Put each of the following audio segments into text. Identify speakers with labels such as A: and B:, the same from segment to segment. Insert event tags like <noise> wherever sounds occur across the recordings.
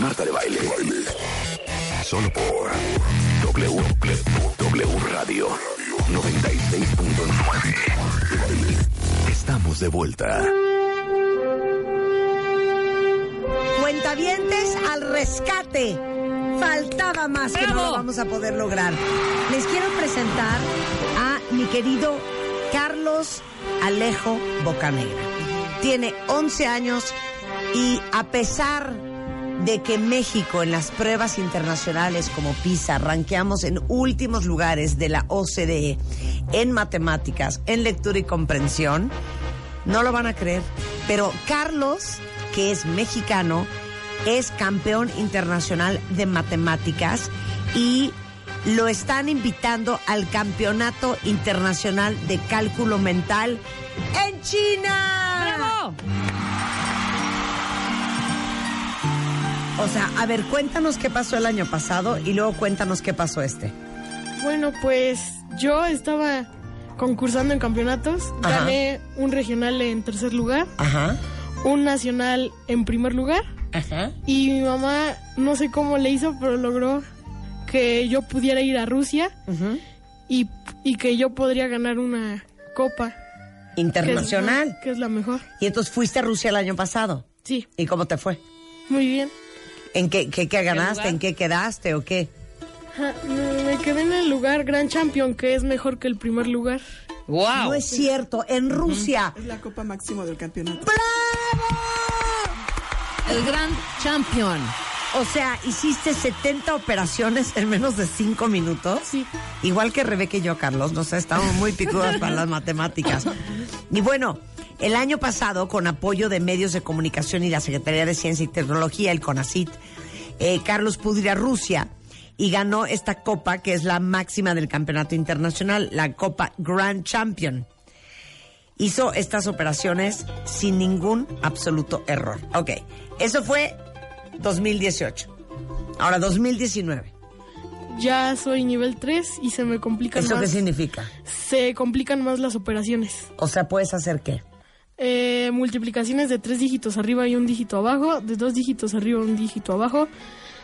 A: Marta de Baile. Solo por W, w Radio 96.9. Estamos de vuelta.
B: Cuentavientes al rescate. Faltaba más que no lo
C: ¡Bravo!
B: vamos a poder lograr. Les quiero presentar a mi querido Carlos Alejo Bocanegra. Tiene 11 años y a pesar de que México en las pruebas internacionales como PISA ranqueamos en últimos lugares de la OCDE E en matemáticas, en lectura y comprensión, no lo van a creer, pero Carlos, que es mexicano, es campeón internacional de matemáticas y lo están invitando al Campeonato Internacional de Cálculo Mental en China.
C: ¡Bravo!
B: O sea, a ver, cuéntanos qué pasó el año pasado y luego cuéntanos qué pasó este.
D: Bueno, pues yo estaba concursando en campeonatos.
B: Ajá.
D: Gané un regional en tercer lugar,
B: Ajá.
D: un nacional en primer lugar.
B: Ajá.
D: Y mi mamá, no sé cómo le hizo, pero logró que yo pudiera ir a Rusia y, y que yo podría ganar una copa. que es la-
B: Internacional.
D: Que es la mejor.
B: Y entonces fuiste a Rusia el año pasado.
D: Sí,
B: ¿Y cómo te fue?
D: muy bien.
B: ¿En qué, qué, qué ganaste?
C: lugar?
B: ¿En qué quedaste o qué?
D: Ajá, Me me quedé en el lugar Grand Champion, que es mejor que el primer lugar.
B: No
C: ¡Wow!
B: es cierto, en Rusia.
E: Es la copa máximo del campeonato.
C: El gran champion.
B: O sea, hiciste 70 operaciones en menos de 5 minutos.
D: Sí.
B: Igual que Rebeca y yo, Carlos, no sé, estamos muy picudas para las matemáticas. Y bueno, el año pasado, con apoyo de medios de comunicación y la Secretaría de Ciencia y Tecnología, el CONACIT, eh, Carlos pudo ir a Rusia y ganó esta copa, que es la máxima del campeonato internacional, la Copa Grand Champion. Hizo estas operaciones sin ningún absoluto error. Ok, eso fue 2018. Ahora, 2019.
D: Ya soy nivel 3 y se me complican
B: ¿Eso qué
D: más.
B: significa?
D: se complican más las operaciones.
B: O sea, ¿puedes hacer qué?
D: Eh, multiplicaciones de tres dígitos arriba y un dígito abajo, de dos dígitos arriba y un dígito abajo,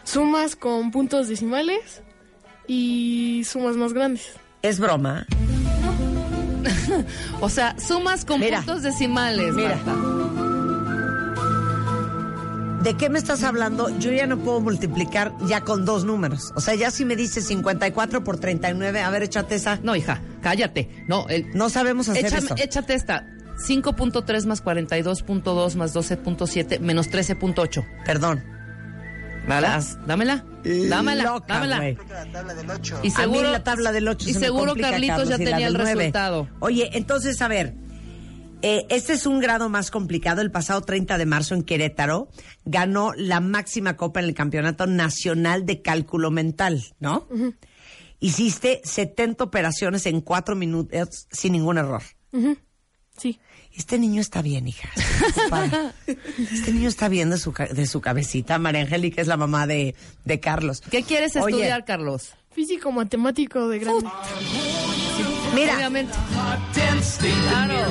D: sumas con puntos decimales y sumas más grandes.
B: Es broma.
C: O sea, sumas con
B: Mira.
C: puntos decimales,
B: Mira.
C: Marta.
B: ¿De qué me estás hablando? Yo ya no puedo multiplicar ya con dos números. O sea, ya si me dices 54 por 39, a ver, échate esa.
C: No, hija, cállate. No, el,
B: No sabemos hacer
C: Échame-
B: eso.
C: échate esta. 5.3 más 42.2 más 12.7 menos 13.8.
B: Perdón.
C: ¿Vale? Dámela. Dámela.
B: Eh, Loca,
C: dámela.
B: güey.
C: Y
B: a
C: seguro,
B: mí la tabla del 8
C: Y seguro Carlitos ya tenía el resultado.
B: Oye, entonces, a ver, eh, este es un grado más complicado. El pasado 30 de marzo en Querétaro ganó la máxima copa en el Campeonato Nacional de Cálculo Mental, ¿no? Hiciste 70 operaciones en 4 minutos sin ningún error.
D: Sí.
B: Este niño está bien, hija. Está padre. Este niño está bien de su, ca- de su cabecita. María Angélica es la mamá de, de Carlos.
C: ¿Qué quieres
B: Oye,
C: estudiar, Carlos?
D: Físico matemático de grande.
B: Mira,
C: Obviamente.
F: Claro.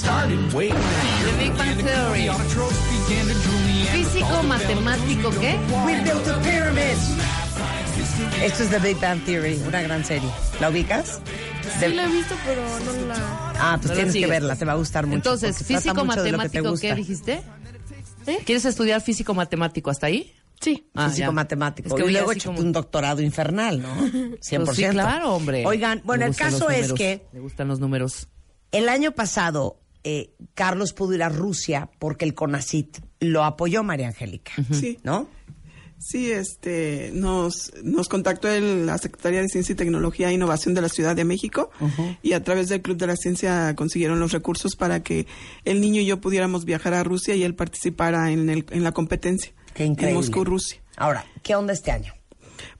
C: The Big Bang Theory. Físico, matemático, ¿qué?
B: We built the pyramids. Esto es The Big Bang Theory, una gran serie. ¿La ubicas?
D: Sí la he visto, pero no la...
B: Ah, pues
C: No lo
B: tienes que
C: sigues.
B: verla, te va a gustar mucho.
C: Entonces,
B: porque trata
C: físico,
B: mucho de lo que te
C: matemático, ¿qué
B: gusta.
C: dijiste?
D: ¿Eh?
C: ¿Quieres estudiar físico, matemático hasta ahí?
D: Sí.
C: Ah,
B: físico
C: ya.
B: matemático.
C: Es que
B: y
C: oí
B: luego
C: así
B: échate
C: como-
B: un doctorado infernal, ¿no? 100%.
C: <laughs> Pues sí, claro, hombre.
B: Oigan, bueno,
C: Me
B: el
C: gustan los
B: caso es
C: números,
B: que
C: Me gustan los números.
B: El año pasado, eh, Carlos pudo ir a Rusia porque el CONACIT lo apoyó, María Angélica.
E: Sí.
B: ¿No?
E: Sí, este, nos, nos contactó el- la Secretaría de Ciencia y Tecnología e Innovación de la Ciudad de México y a través del Club de la Ciencia consiguieron los recursos para que el niño y yo pudiéramos viajar a Rusia y él participara en, el- en la competencia
B: Qué increíble.
E: en Moscú, Rusia.
B: Ahora, ¿qué onda este año?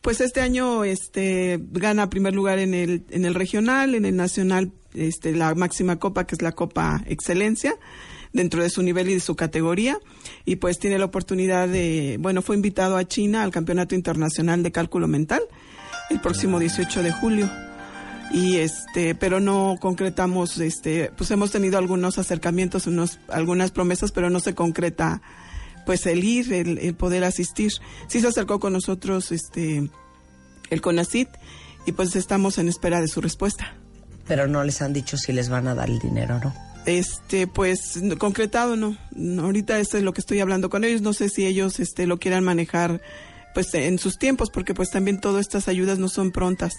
E: Pues este año este, gana primer lugar en el, en el regional, en el nacional, este, la máxima copa, que es la Copa Excelencia, dentro de su nivel y de su categoría. Y pues tiene la oportunidad de, bueno, fue invitado a China al Campeonato Internacional de Cálculo Mental el próximo 18 de julio. Y este, pero no concretamos, este, pues hemos tenido algunos acercamientos, unos, algunas promesas, pero no se concreta pues el ir, el, el poder asistir. Sí se acercó con nosotros este el CONACIT y pues estamos en espera de su respuesta.
B: Pero no les han dicho si les van a dar el dinero o no.
E: Este, pues no- concretado no. No, Ahorita esto es lo que estoy hablando con ellos. No sé si ellos este lo quieran manejar pues en sus tiempos porque pues también todas estas ayudas no son prontas.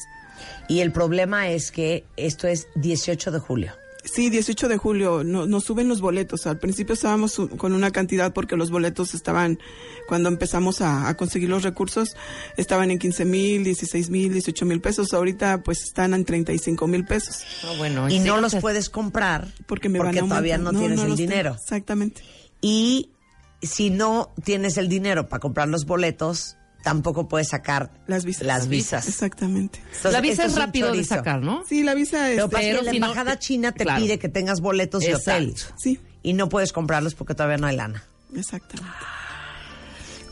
B: Y el problema es que esto es 18 de julio.
E: Sí, 18 de julio no- nos suben los boletos. Al principio estábamos su- con una cantidad porque los boletos estaban, cuando empezamos a, a conseguir los recursos, estaban en 15 mil, 16 mil, 18 mil pesos. Ahorita pues están en 35 mil pesos
C: Ah, bueno,
B: y no los puedes comprar
E: porque me van a
B: todavía no,
E: aumentar.
B: tienes el
E: los tengo.
B: dinero.
E: Exactamente.
B: Y si no tienes el dinero para comprar los boletos, tampoco puedes sacar
E: Las visas.
B: Las visas.
E: Exactamente.
B: Entonces,
C: La visa
B: esto
C: es
B: un
C: rápido de
B: chorizo.
C: sacar, ¿no?
E: Sí, la visa este, es...
B: Lo que pasa es
C: Pero
B: que la
C: si no-
B: embajada china te
C: claro.
B: pide que tengas boletos de hotel
C: Exacto.
E: Sí,
B: y no puedes comprarlos porque todavía no hay lana.
E: exactamente.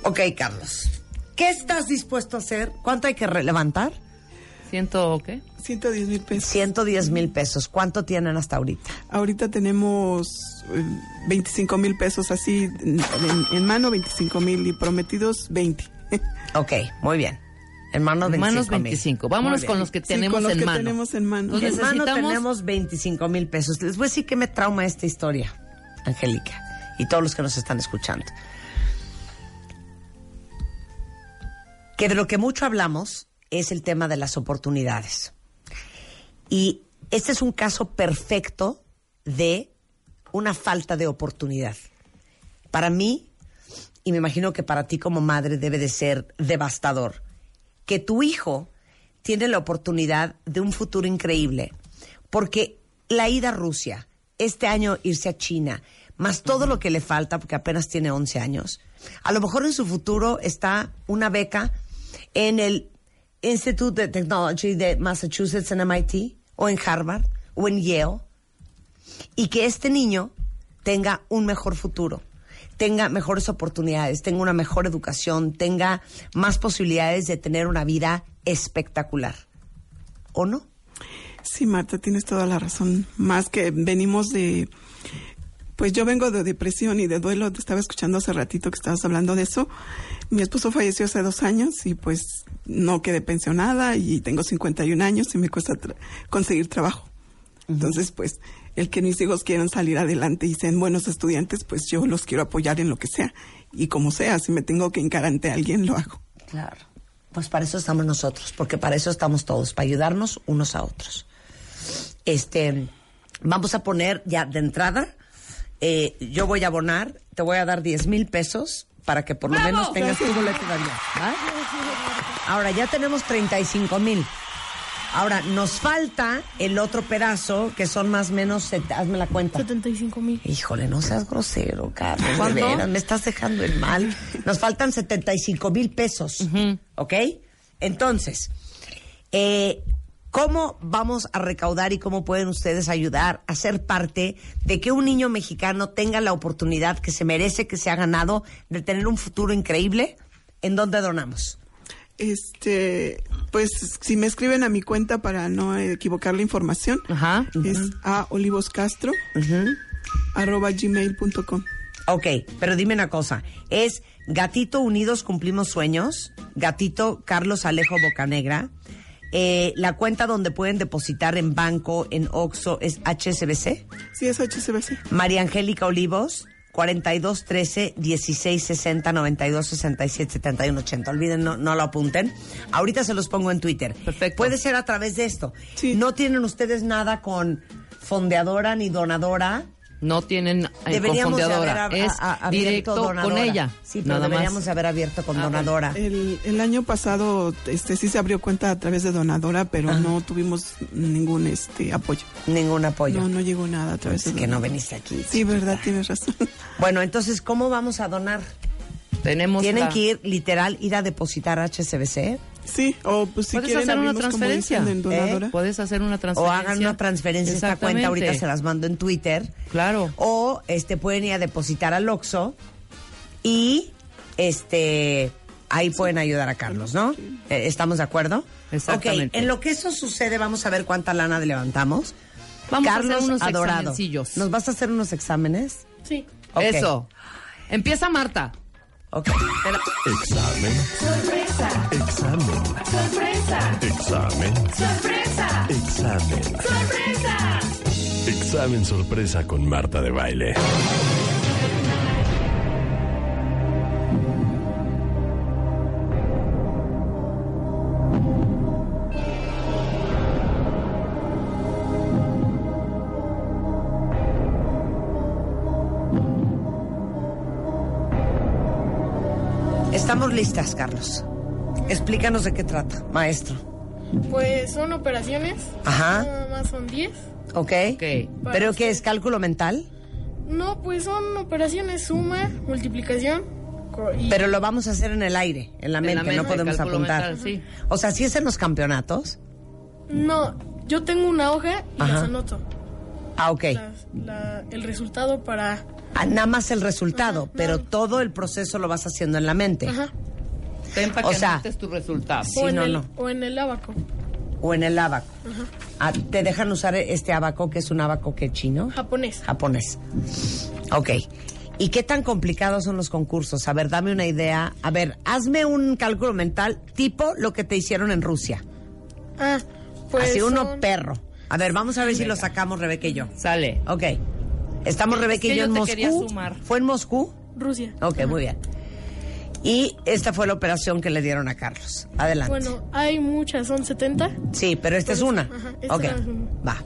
B: Ok, Carlos. ¿Qué estás dispuesto a hacer? ¿Cuánto hay que re- levantar?
C: ¿Siento qué?
E: 110 mil pesos.
B: 110 mil pesos. ¿Cuánto tienen hasta ahorita?
E: Ahorita tenemos eh, 25 mil pesos así en, en- en mano, 25 mil y prometidos 20.
B: Ok, muy bien. Hermanos 25.
C: Manos 25.
B: mil.
C: Vámonos
B: Muy
C: con
B: bien.
C: los que
E: Sí,
C: tenemos
E: con los
C: en
E: que
C: mano.
E: tenemos en mano.
C: Entonces,
B: En mano
C: necesitamos-
B: tenemos 25 mil pesos. Les voy a decir que me trauma esta historia, Angélica, y todos los que nos están escuchando. Que de lo que mucho hablamos es el tema de las oportunidades. Y este es un caso perfecto de una falta de oportunidad. Para mí, y me imagino que para ti como madre debe de ser devastador, que tu hijo tiene la oportunidad de un futuro increíble, porque la ida a Rusia, este año irse a China, más todo lo que le falta, porque apenas tiene 11 años, a lo mejor en su futuro está una beca en el Institute of Technology de Massachusetts en MIT, o en Harvard, o en Yale, y que este niño tenga un mejor futuro, tenga mejores oportunidades, tenga una mejor educación, tenga más posibilidades de tener una vida espectacular. ¿O no?
E: Sí, Marta, tienes toda la razón. Más que venimos de... Pues yo vengo de depresión y de duelo. Te estaba escuchando hace ratito que estabas hablando de eso. Mi esposo falleció hace dos años y pues no quedé pensionada y tengo 51 años y me cuesta tra- conseguir trabajo. Entonces, pues, el que mis hijos quieran salir adelante y sean buenos estudiantes, pues yo los quiero apoyar en lo que sea. Y como sea, si me tengo que encarar ante alguien, lo hago.
B: Claro. Pues para eso estamos nosotros, porque para eso estamos todos, para ayudarnos unos a otros. Este, vamos a poner ya de entrada, eh, yo voy a abonar, te voy a dar 10 mil pesos para que por lo menos tengas tu boleto de avión. ¿va? Ahora ya tenemos 35 mil. Ahora nos falta el otro pedazo, que son más o menos, set- hazme la cuenta.
D: 75 mil.
B: Híjole, no seas grosero, Carlos. de
D: ¿Cuánto?
B: veras, me estás dejando el mal. Nos faltan 75 mil pesos. ¿Ok? Entonces, eh, ¿cómo vamos a recaudar y cómo pueden ustedes ayudar a ser parte de que un niño mexicano tenga la oportunidad que se merece, que se ha ganado, de tener un futuro increíble? ¿En dónde donamos?
E: Este, pues, si me escriben a mi cuenta para no equivocar la información,
C: Ajá.
E: es a olivoscastro arroba gmail.com.
B: Ok, pero dime una cosa. Es Gatito Unidos Cumplimos Sueños, Gatito Carlos Alejo Bocanegra. Eh, la cuenta donde pueden depositar en banco, en Oxxo, es HSBC.
E: Sí, es HCBC.
B: María Angélica Olivos, 4213 1660 9267 7180. Olviden, no, no lo apunten. Ahorita se los pongo en Twitter.
C: Perfecto.
B: Puede ser a través de esto.
E: Sí.
B: No tienen ustedes nada con fondeadora ni donadora.
C: No tienen eh,
B: Deberíamos de haber
C: confundidora.
B: ab-
C: es
B: a- a- abierto
C: directo con
B: donadora.
C: ella.
B: Sí, pero
C: nada
B: deberíamos
C: más.
B: haber abierto con
C: Ah, bueno.
B: donadora.
E: El, el año pasado este, sí se abrió cuenta a través de donadora, pero no tuvimos ningún este apoyo.
B: Ningún apoyo.
E: No, no llegó nada a través
B: es
E: de
B: que no
E: donadora.
B: veniste aquí.
E: Sí, verdad, tienes razón. <laughs>
B: Bueno, entonces, ¿cómo vamos a donar?
C: Tenemos
B: Tienen
C: la-
B: que ir, literal, ir a depositar a HSBC
E: Sí, o pues si
C: ¿Puedes
E: quieren
C: hacer una
E: abrimos, como
C: transferencia?
E: dicen, en donadora.
B: ¿Eh?
C: Puedes hacer una
B: o
C: transferencia.
B: hagan una transferencia a esta cuenta. Ahorita
C: Exactamente.
B: se las mando en Twitter.
C: Claro.
B: O este, pueden ir a depositar al Oxxo y este, ahí pueden ayudar a Carlos, ¿no? Eh, ¿Estamos de acuerdo?
C: Exactamente.
B: Ok, en lo que eso sucede, vamos a ver cuánta lana levantamos.
C: Vamos a
B: Carlos
C: hacer unos
B: Adorado,
C: examencillos.
B: ¿nos vas a hacer unos exámenes?
D: Sí.
B: Ok.
C: Eso. Empieza Marta.
B: Ok. Pero-
A: Examen.
F: Sorpresa.
A: Examen.
F: Sorpresa.
A: Examen.
F: Sorpresa.
A: Examen.
F: Sorpresa.
A: Examen sorpresa con Marta de Baile.
B: Estamos listas, Carlos. Explícanos de qué trata, maestro.
D: Pues son operaciones.
B: Ajá.
D: Nada más son 10.
B: ¿Ok?
C: Ok.
B: ¿Pero qué es cálculo mental?
D: No, pues son operaciones suma, multiplicación. co- y-
B: Pero lo vamos a hacer en el aire, en la
C: En la
B: mente,
C: mente,
B: no podemos
C: cálculo
B: apuntar.
C: mental, sí.
B: O sea, si es en los campeonatos.
D: No, yo tengo una hoja y las
B: Ajá.
D: anoto.
B: Ah, ok.
D: Las- la- el resultado para.
B: Ah, nada más el resultado, pero todo el proceso lo vas haciendo en la mente.
D: Ajá.
C: Ten para
B: O
C: que
B: sea-
C: anotes tus resultados.
B: Sí,
D: o, en
B: no,
D: el,
B: no.
D: o en el abaco.
B: O en el abaco. Ah, Te dejan usar este abaco, que es un abaco que chino.
D: Japonés.
B: Japonés. Ok. ¿Y qué tan complicados son los concursos? A ver, dame una idea. A ver, hazme un cálculo mental tipo lo que te hicieron en Rusia.
D: Ah, pues.
B: Así uno
D: son-
B: perro. A ver, vamos a ver si lo sacamos Rebeca y yo.
C: Sale.
B: Ok. Estamos Rebeca
C: que
B: y yo,
C: yo
B: en
C: te
B: Moscú.
C: quería sumar.
B: ¿Fue en Moscú?
D: Rusia.
B: Ok, muy bien. Y esta fue la operación que le dieron a Carlos. Adelante.
D: Bueno, hay muchas, son 70.
B: sí, pero esta es
D: Pues,
B: una.
D: ajá, esta
B: ok,
D: es una.
B: va.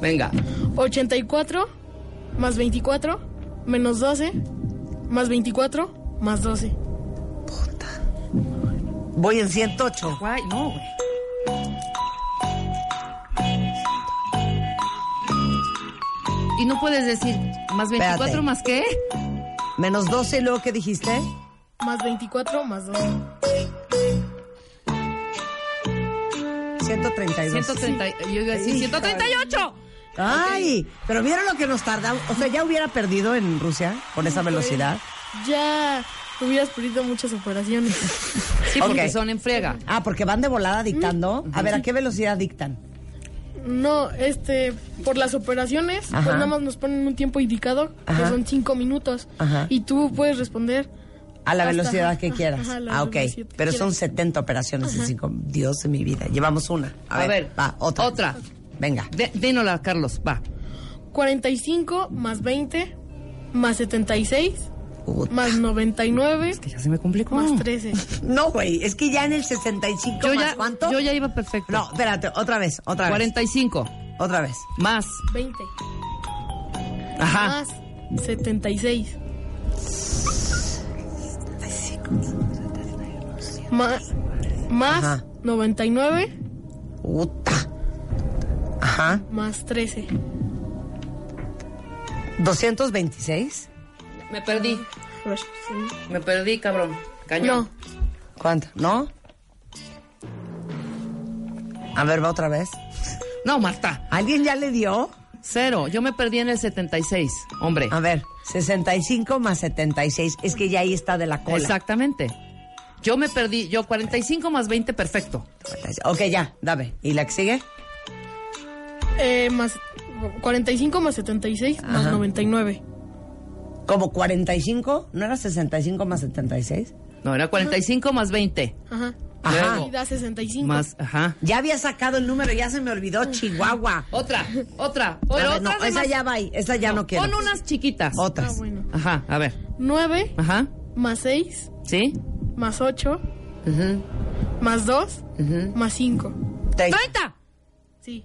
C: Venga.
D: 84 más 24 menos 12 más 24 más 12.
B: Voy en 108.
C: Guay, no, güey. Y no puedes decir más 24
B: Espérate.
C: más qué.
B: Menos 12 y luego, ¿qué dijiste?
D: Más 24 más 12.
B: 132.
C: 130. Yo iba a decir 138.
B: Ay, pero vieron lo que nos tardamos. O sea, ya hubiera perdido en Rusia con esa velocidad.
D: Ya hubieras perdido
B: <laughs>
D: muchas operaciones.
C: Sí, porque
B: Ok.
C: son en friega.
B: Ah, porque van de volada dictando. A ver, ¿a qué velocidad dictan?
D: No, este, por las operaciones, pues
B: Ajá.
D: nada más nos ponen un tiempo indicado,
B: Ajá.
D: que son 5 minutos.
B: Ajá.
D: Y tú puedes responder.
B: A la
D: Hasta-
B: velocidad que
D: ajá,
B: quieras.
D: ajá, la
B: Ah, ok.
D: velocidad que
B: Pero son
D: quieras.
B: 70 operaciones en cinco. Dios de mi vida. Llevamos una. A,
C: A
B: ver,
C: ver,
B: va, otra.
C: otra.
B: Venga.
C: De, dínosla, Carlos. Va.
D: 45 más 20 más 76
B: Puta.
D: más 99
C: Que ya se me complicó.
B: Mm.
D: más 13.
B: No, güey, es que ya en el 65
C: Yo
B: más
C: ya,
B: cuánto?
C: yo ya iba perfecto.
B: No, espérate, otra vez, otra
C: 45
B: vez. Otra vez.
C: más.
D: 20
C: Ajá.
B: Ah.
D: más 76 más, más
B: Ajá.
D: 99
B: Puta. Ajá.
D: más 13
B: 226.
C: Me perdí.
D: A ver, sí.
C: Me perdí, cabrón.
D: no
C: Cañón.
B: ¿Cuánto? ¿No? A ver, va otra vez.
C: No, Marta.
B: ¿Alguien ya le dio?
C: Cero. Yo me perdí en el 76. Hombre.
B: A ver, 65 más 76. Es que ya ahí está de la cola.
C: Exactamente. Yo me perdí. Yo 45 más 20, perfecto.
B: Ok, ya, dame. ¿Y la que sigue?
D: eh, más 45 más 76 más
B: Ajá.
D: 99
B: Como 45, ¿no era 65 más 76?
C: No, era 45 más 20.
D: ajá
B: Ajá.
D: y da 65
C: Más, ajá.
B: Ya había sacado el número, ya se me olvidó, Chihuahua.
C: Otra, otra.
B: A
C: Pero
B: ver, no,
C: otra
B: esa ya va, ahí, esa ya no, quiero. pues.
C: Pon unas chiquitas.
D: ah,
B: Otras.
D: bueno
C: Ajá, a ver.
D: 9
C: Ajá.
D: más 6
C: ¿Sí?
D: más 8
C: Ujú,
D: más 2
C: ujú.
D: más 5
B: Te-
C: ¡30!
D: sí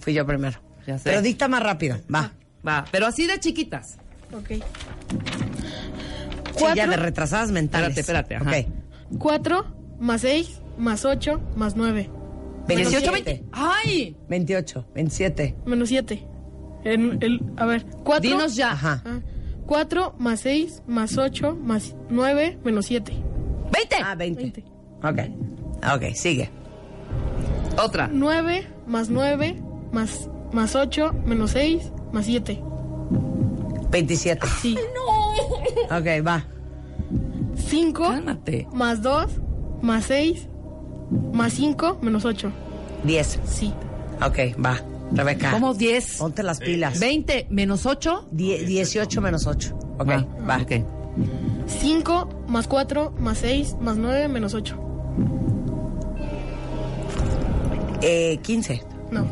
B: Fui yo primero.
C: Ya sé.
B: Pero dicta más rápido,
C: Ah,
B: va.
C: Va, pero así de chiquitas.
D: ok
B: Sí, ya de retrasadas mentales.
C: Espérate, espérate, ajá.
B: Ok.
D: 4 más 6 más 8 más 9
B: 27,
C: 18, 20. ¡Ay!
B: 28, 27.
D: menos 7. En el, a ver, 4.
C: Dinos ya.
B: Ajá.
D: 4 más 6 más 8 más 9 menos 7.
C: ¡20!
B: Ah, 20.
D: 20.
B: Ok. Ah, Ok, sigue.
C: Otra.
D: 9 más 9 más, más 8 menos 6 más 7.
B: 27.
D: Sí.
B: Ok, va.
D: 5
C: Cálmate.
D: más 2 más 6 más 5 menos 8.
B: 10.
D: Sí.
B: Ok, va. Rebeca.
C: ¿Cómo 10?
B: Ponte las pilas.
C: 20 menos 8.
B: Die- 18 menos 8. Ok, va.
C: Ah, Ok.
D: 5 más 4 más 6 más 9 menos 8.
B: Eh, 15.
D: No.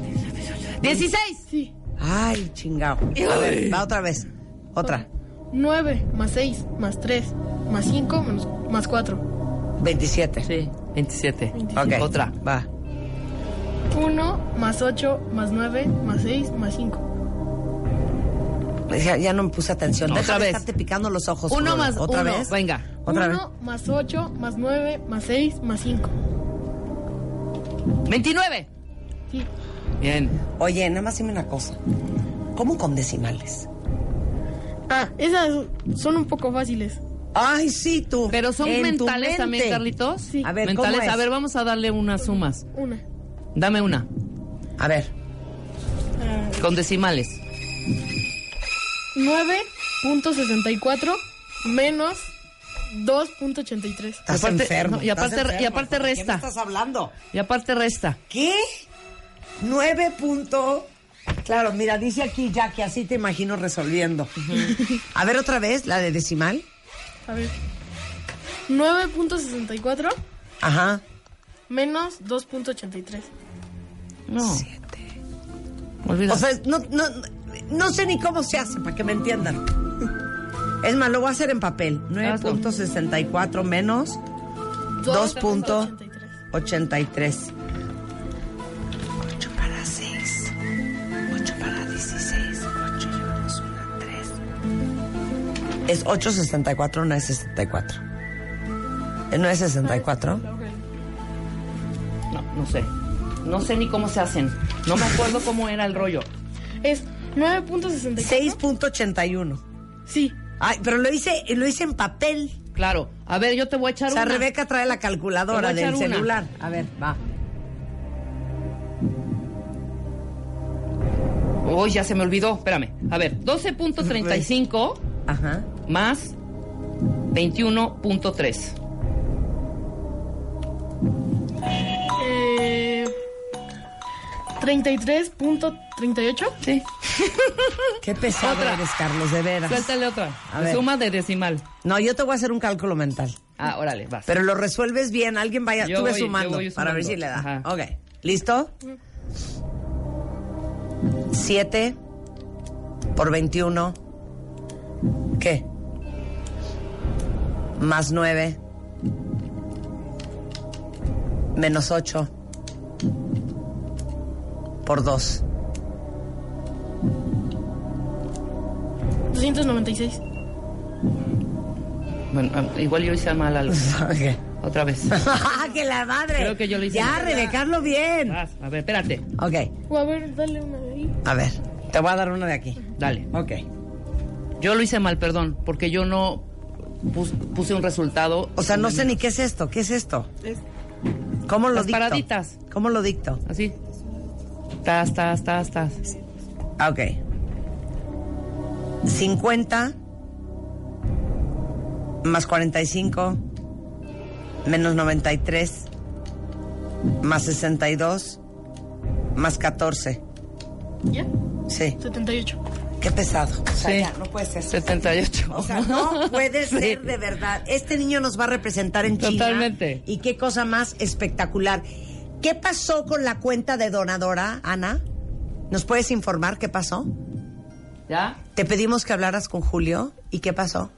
C: 16.
D: Sí.
B: Ay, chingao. A ver, va otra vez. Otra.
D: 9 más 6 más 3 más 5 menos, más 4.
B: 27.
C: Sí, 27.
B: Ok.
C: Otra.
B: Va.
D: 1 más 8 más 9 más 6 más 5.
B: Pues ya, ya no me puse atención.
C: Otra
B: Deja de
C: vez.
B: estarte picando los ojos.
C: Uno
B: joven.
C: más
B: Otra
C: uno.
B: vez.
C: Venga.
B: Otra
D: 1 más 8 más 9 más 6 más 5.
C: 29.
D: Sí.
C: Bien.
B: vez. Oye, nada más dime una cosa. ¿Cómo con decimales?
D: Ah, esas son un poco fáciles.
B: Ay, sí, tú.
C: Pero son
B: En tu
C: mentales también,
B: mente.
C: Carlitos.
D: Sí.
B: A ver, ¿cómo
C: mentales.
B: es?
C: A ver, vamos a darle unas sumas.
D: Una.
C: Dame una.
B: A ver.
D: Ah,
C: Con decimales.
D: 9.64 menos 2.83.
B: Estás
C: aparte-
B: enfermo.
C: no, y
B: estás
C: aparte-
B: enfermo,
C: y aparte
B: ¿por ¿Qué
C: resta.
B: me estás hablando?
C: Y aparte resta.
B: ¿Qué? 9 punto. Claro, mira, dice aquí ya que así te imagino resolviendo. A ver otra vez, la de decimal.
D: A ver. 9.64
B: Ajá.
D: menos 2.83.
C: No.
B: Siete.
C: Olvida.
B: O sea, no, no, no sé ni cómo se hace, para que me entiendan. Es más, lo voy a hacer en papel. 9.64 menos 2.83.
D: 2.83.
B: 8 para 6. 8 para 16. 8 y 1 es 3. Es 8.64, no es 64. Eh, ¿No es 64?
C: no, no sé. No sé ni cómo se hacen. No me acuerdo cómo era el rollo.
D: Es 9.64.
B: 6.81.
D: Sí.
B: Ay, pero lo hice, lo hice en papel.
C: Claro. A ver, yo te voy a echar
B: O sea,
C: una.
B: Rebeca trae la calculadora
C: Te voy
B: del
C: a echar una.
B: celular. A ver, va.
C: Uy, ya se me olvidó. Espérame. A ver, 12.35
B: Ajá.
C: más 21.3.
D: Eh, 33.38.
C: Sí.
B: Qué pesado
C: Otra.
B: eres, Carlos, de veras.
C: Suéltale otra.
B: Ah. A ver.
C: Suma de decimal.
B: No, yo te voy a hacer un cálculo mental.
C: Ah, órale, vas.
B: Pero lo resuelves bien. Alguien vaya,
C: Yo
B: tú ves
C: voy- yo
B: sumando,
C: voy
B: para ver si
C: sumando.
B: le da.
C: Ajá.
B: Ok. ¿Listo? 7 por 21. ¿Qué? Más 9. Menos 8. Por 2.
D: 296.
C: Bueno, ah, igual yo hice mal algo.
B: <laughs> Ok. <laughs>
C: Otra vez.
B: que la madre!
C: Creo que yo lo hice
B: Ya,
C: mal.
B: Rebecarlo bien.
C: Vas, a ver, espérate.
B: Ok.
D: O a ver, dale una de ahí.
B: A ver, te voy a dar una de aquí.
C: Dale.
B: Ok.
C: Yo lo hice mal, perdón, porque yo no pus- puse un resultado.
B: O sea, no sé ni qué es esto. ¿Qué es esto? ¿Cómo lo
C: Las
B: dicto?
C: paraditas.
B: ¿Cómo lo dicto?
C: Así. Tas, tas, tas, tas.
B: Ah, Ok. 50 más 45 menos 93 más 62 más 14.
D: ¿Ya?
B: Sí,
D: 78.
B: qué pesado. O sea,
C: Sí.
B: ya, no puede ser.
C: 78.
B: O
C: <laughs>
B: sea, no puede
C: Sí.
B: ser de verdad. Este niño nos va a representar en China.
C: Totalmente.
B: Y qué cosa más espectacular. ¿Qué pasó con la cuenta de donadora, Ana? ¿Nos puedes informar qué pasó?
C: ¿Ya?
B: Te pedimos que hablaras con Julio. ¿Y qué pasó?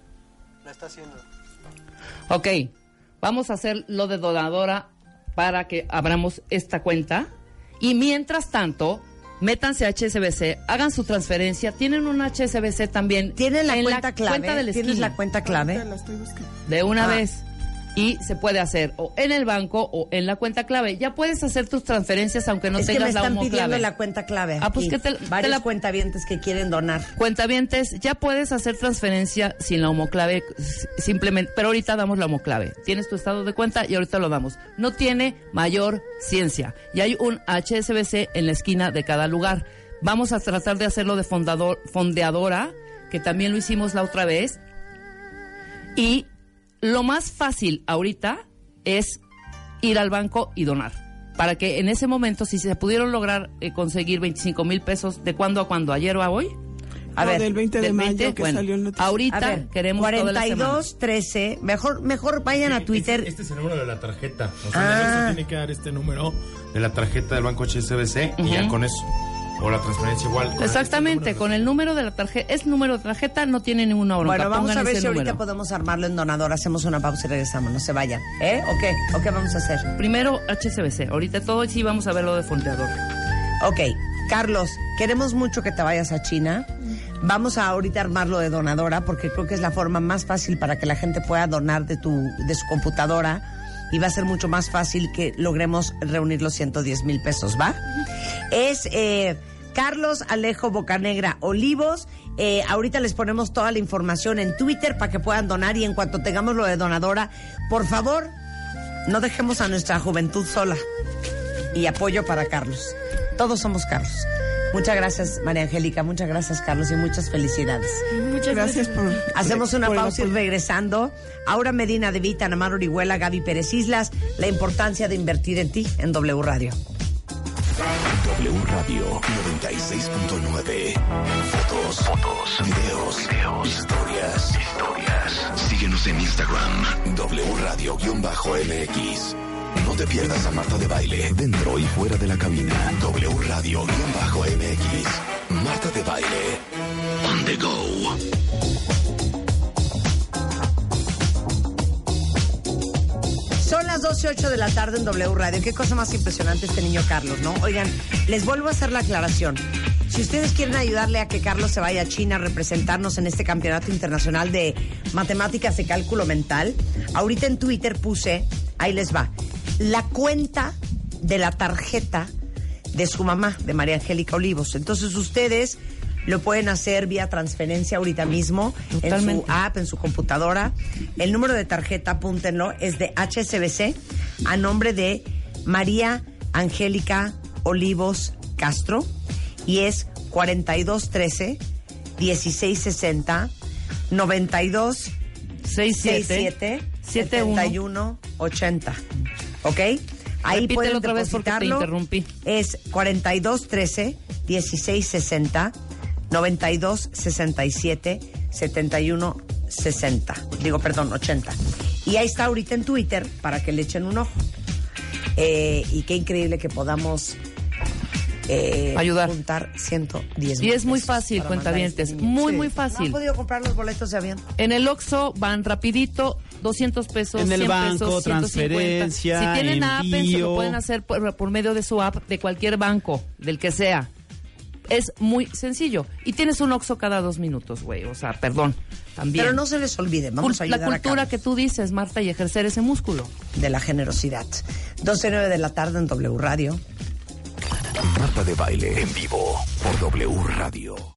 C: Ok. Vamos a hacer lo de donadora para que abramos esta cuenta. Y mientras tanto, métanse a HSBC, hagan su transferencia. Tienen un HSBC también.
B: ¿Tienes la
C: en
B: cuenta clave?
C: cuenta de la
B: ¿Tienes
C: esquina.
B: la cuenta
E: Ahorita
B: clave?
E: la estoy buscando.
C: de una
B: Ah.
C: vez y se puede hacer o en el banco o en la cuenta clave. Ya puedes hacer tus transferencias aunque no
B: es que me
C: tengas la
B: están
C: homo
B: pidiendo
C: clave.
B: la cuenta clave.
C: Ah, pues
B: aquí.
C: que te- te
B: Varios
C: la-
B: cuentavientes que quieren donar.
C: Cuentavientes, ya puedes hacer transferencia sin la homoclave, s- simplemente, pero ahorita damos la homoclave. Tienes tu estado de cuenta y ahorita lo damos. No tiene mayor ciencia. Y hay un HSBC en la esquina de cada lugar. Vamos a tratar de hacerlo de fondador, fondeadora, que también lo hicimos la otra vez. Y lo más fácil ahorita es ir al banco y donar. Para que en ese momento, si se pudieron lograr eh, conseguir 25 mil pesos, ¿de cuándo a cuándo? ¿Ayer o a hoy? A
E: No,
C: ver,
E: del 20 de mayo que salió el noticiero.
C: Ahorita
B: A ver,
C: queremos toda la semana.
B: 42 13, mejor mejor vayan a Twitter.
G: Este, es el número de la tarjeta. O sea, la
B: Ah.
G: persona tiene que dar este número de la tarjeta del banco HSBC y ya con eso. O la transferencia igual. con
C: Exactamente,
G: este
C: con el número de la tarjeta, es número de tarjeta, no tiene ninguna bronca.
B: Bueno, vamos
C: pongan
B: a ver
C: ese
B: si ahorita
C: número.
B: podemos armarlo en donador. Hacemos una pausa y regresamos. No se vayan. ¿Eh? ¿O qué? ¿O qué vamos a hacer?
C: Primero HCBC, ahorita todo y sí vamos a verlo de fonteador.
B: Ok, Carlos, queremos mucho que te vayas a China. Vamos a ahorita armarlo de donadora porque creo que es la forma más fácil para que la gente pueda donar de, tu, de su computadora y va a ser mucho más fácil que logremos reunir los 110 mil pesos, ¿va? Es eh, Carlos Alejo Bocanegra Olivos. Eh, ahorita les ponemos toda la información en Twitter para que puedan donar y en cuanto tengamos lo de donadora, por favor, no dejemos a nuestra juventud sola y apoyo para Carlos. Todos somos Carlos. Muchas gracias, María Angélica. Muchas gracias, Carlos, y muchas felicidades.
D: Muchas
E: Gracias por.
B: Hacemos una
E: por el
B: pausa y regresando. Ahora Medina de Vita, Namar Orihuela, Gaby Pérez Islas, la importancia de invertir en ti en W Radio.
H: W Radio 96.9. Fotos, fotos, videos, videos, historias, historias. Síguenos en Instagram, W Radio-MX. No te pierdas a Marta de Baile, dentro y fuera de la cabina. W Radio-MX. Marta de Baile. On the go.
B: Son las 12 y ocho de la tarde en W Radio. Qué cosa más impresionante este niño Carlos, ¿no? Oigan, les vuelvo a hacer la aclaración. Si ustedes quieren ayudarle a que Carlos se vaya a China a representarnos en este campeonato internacional de matemáticas de cálculo mental, ahorita en Twitter puse, ahí les va, la cuenta de la tarjeta de su mamá, de María Angélica Olivos. Entonces ustedes lo pueden hacer vía transferencia ahorita mismo en su
C: Totalmente.
B: app, en su computadora. El número de tarjeta, apúntenlo, es de HSBC a nombre de María Angélica Olivos Castro y es 4213 1660 92
C: 67 71
B: 71 80. ¿Ok? Ahí
C: Repítelo
B: pueden
C: otra vez porque te
B: depositarlo.
C: interrumpí.
B: Es 42 13 16 60 92 67 71 60. Digo, perdón, 80. Y ahí está ahorita en Twitter para que le echen un ojo. Eh, y qué increíble que podamos eh,
C: Ayudar.
B: juntar 110
C: Y es muy
B: pesos
C: fácil,
B: para mandar a este
C: cuentavientes,
B: niño.
C: muy, muy
B: ¿No
C: fácil.
B: han podido comprar los boletos de avión?
C: En el Oxxo van rapidito, 200 pesos,
I: En el
C: 100
I: banco,
C: pesos, 150. Si
I: transferencia,
C: tienen app, se lo
I: envío.
C: pueden hacer por, por medio de su app de cualquier banco, del que sea. Es muy sencillo. Y tienes un Oxxo cada dos minutos, güey. O sea, perdón. También.
B: Pero no se les olvide, vamos
C: Cul-
B: a ayudar
C: la
B: a
C: cultura
B: Carlos.
C: que tú dices, Marta, y ejercer ese músculo.
B: de la generosidad. 12 y 9 de la tarde en W Radio.
H: Marta de Baile en vivo por W Radio.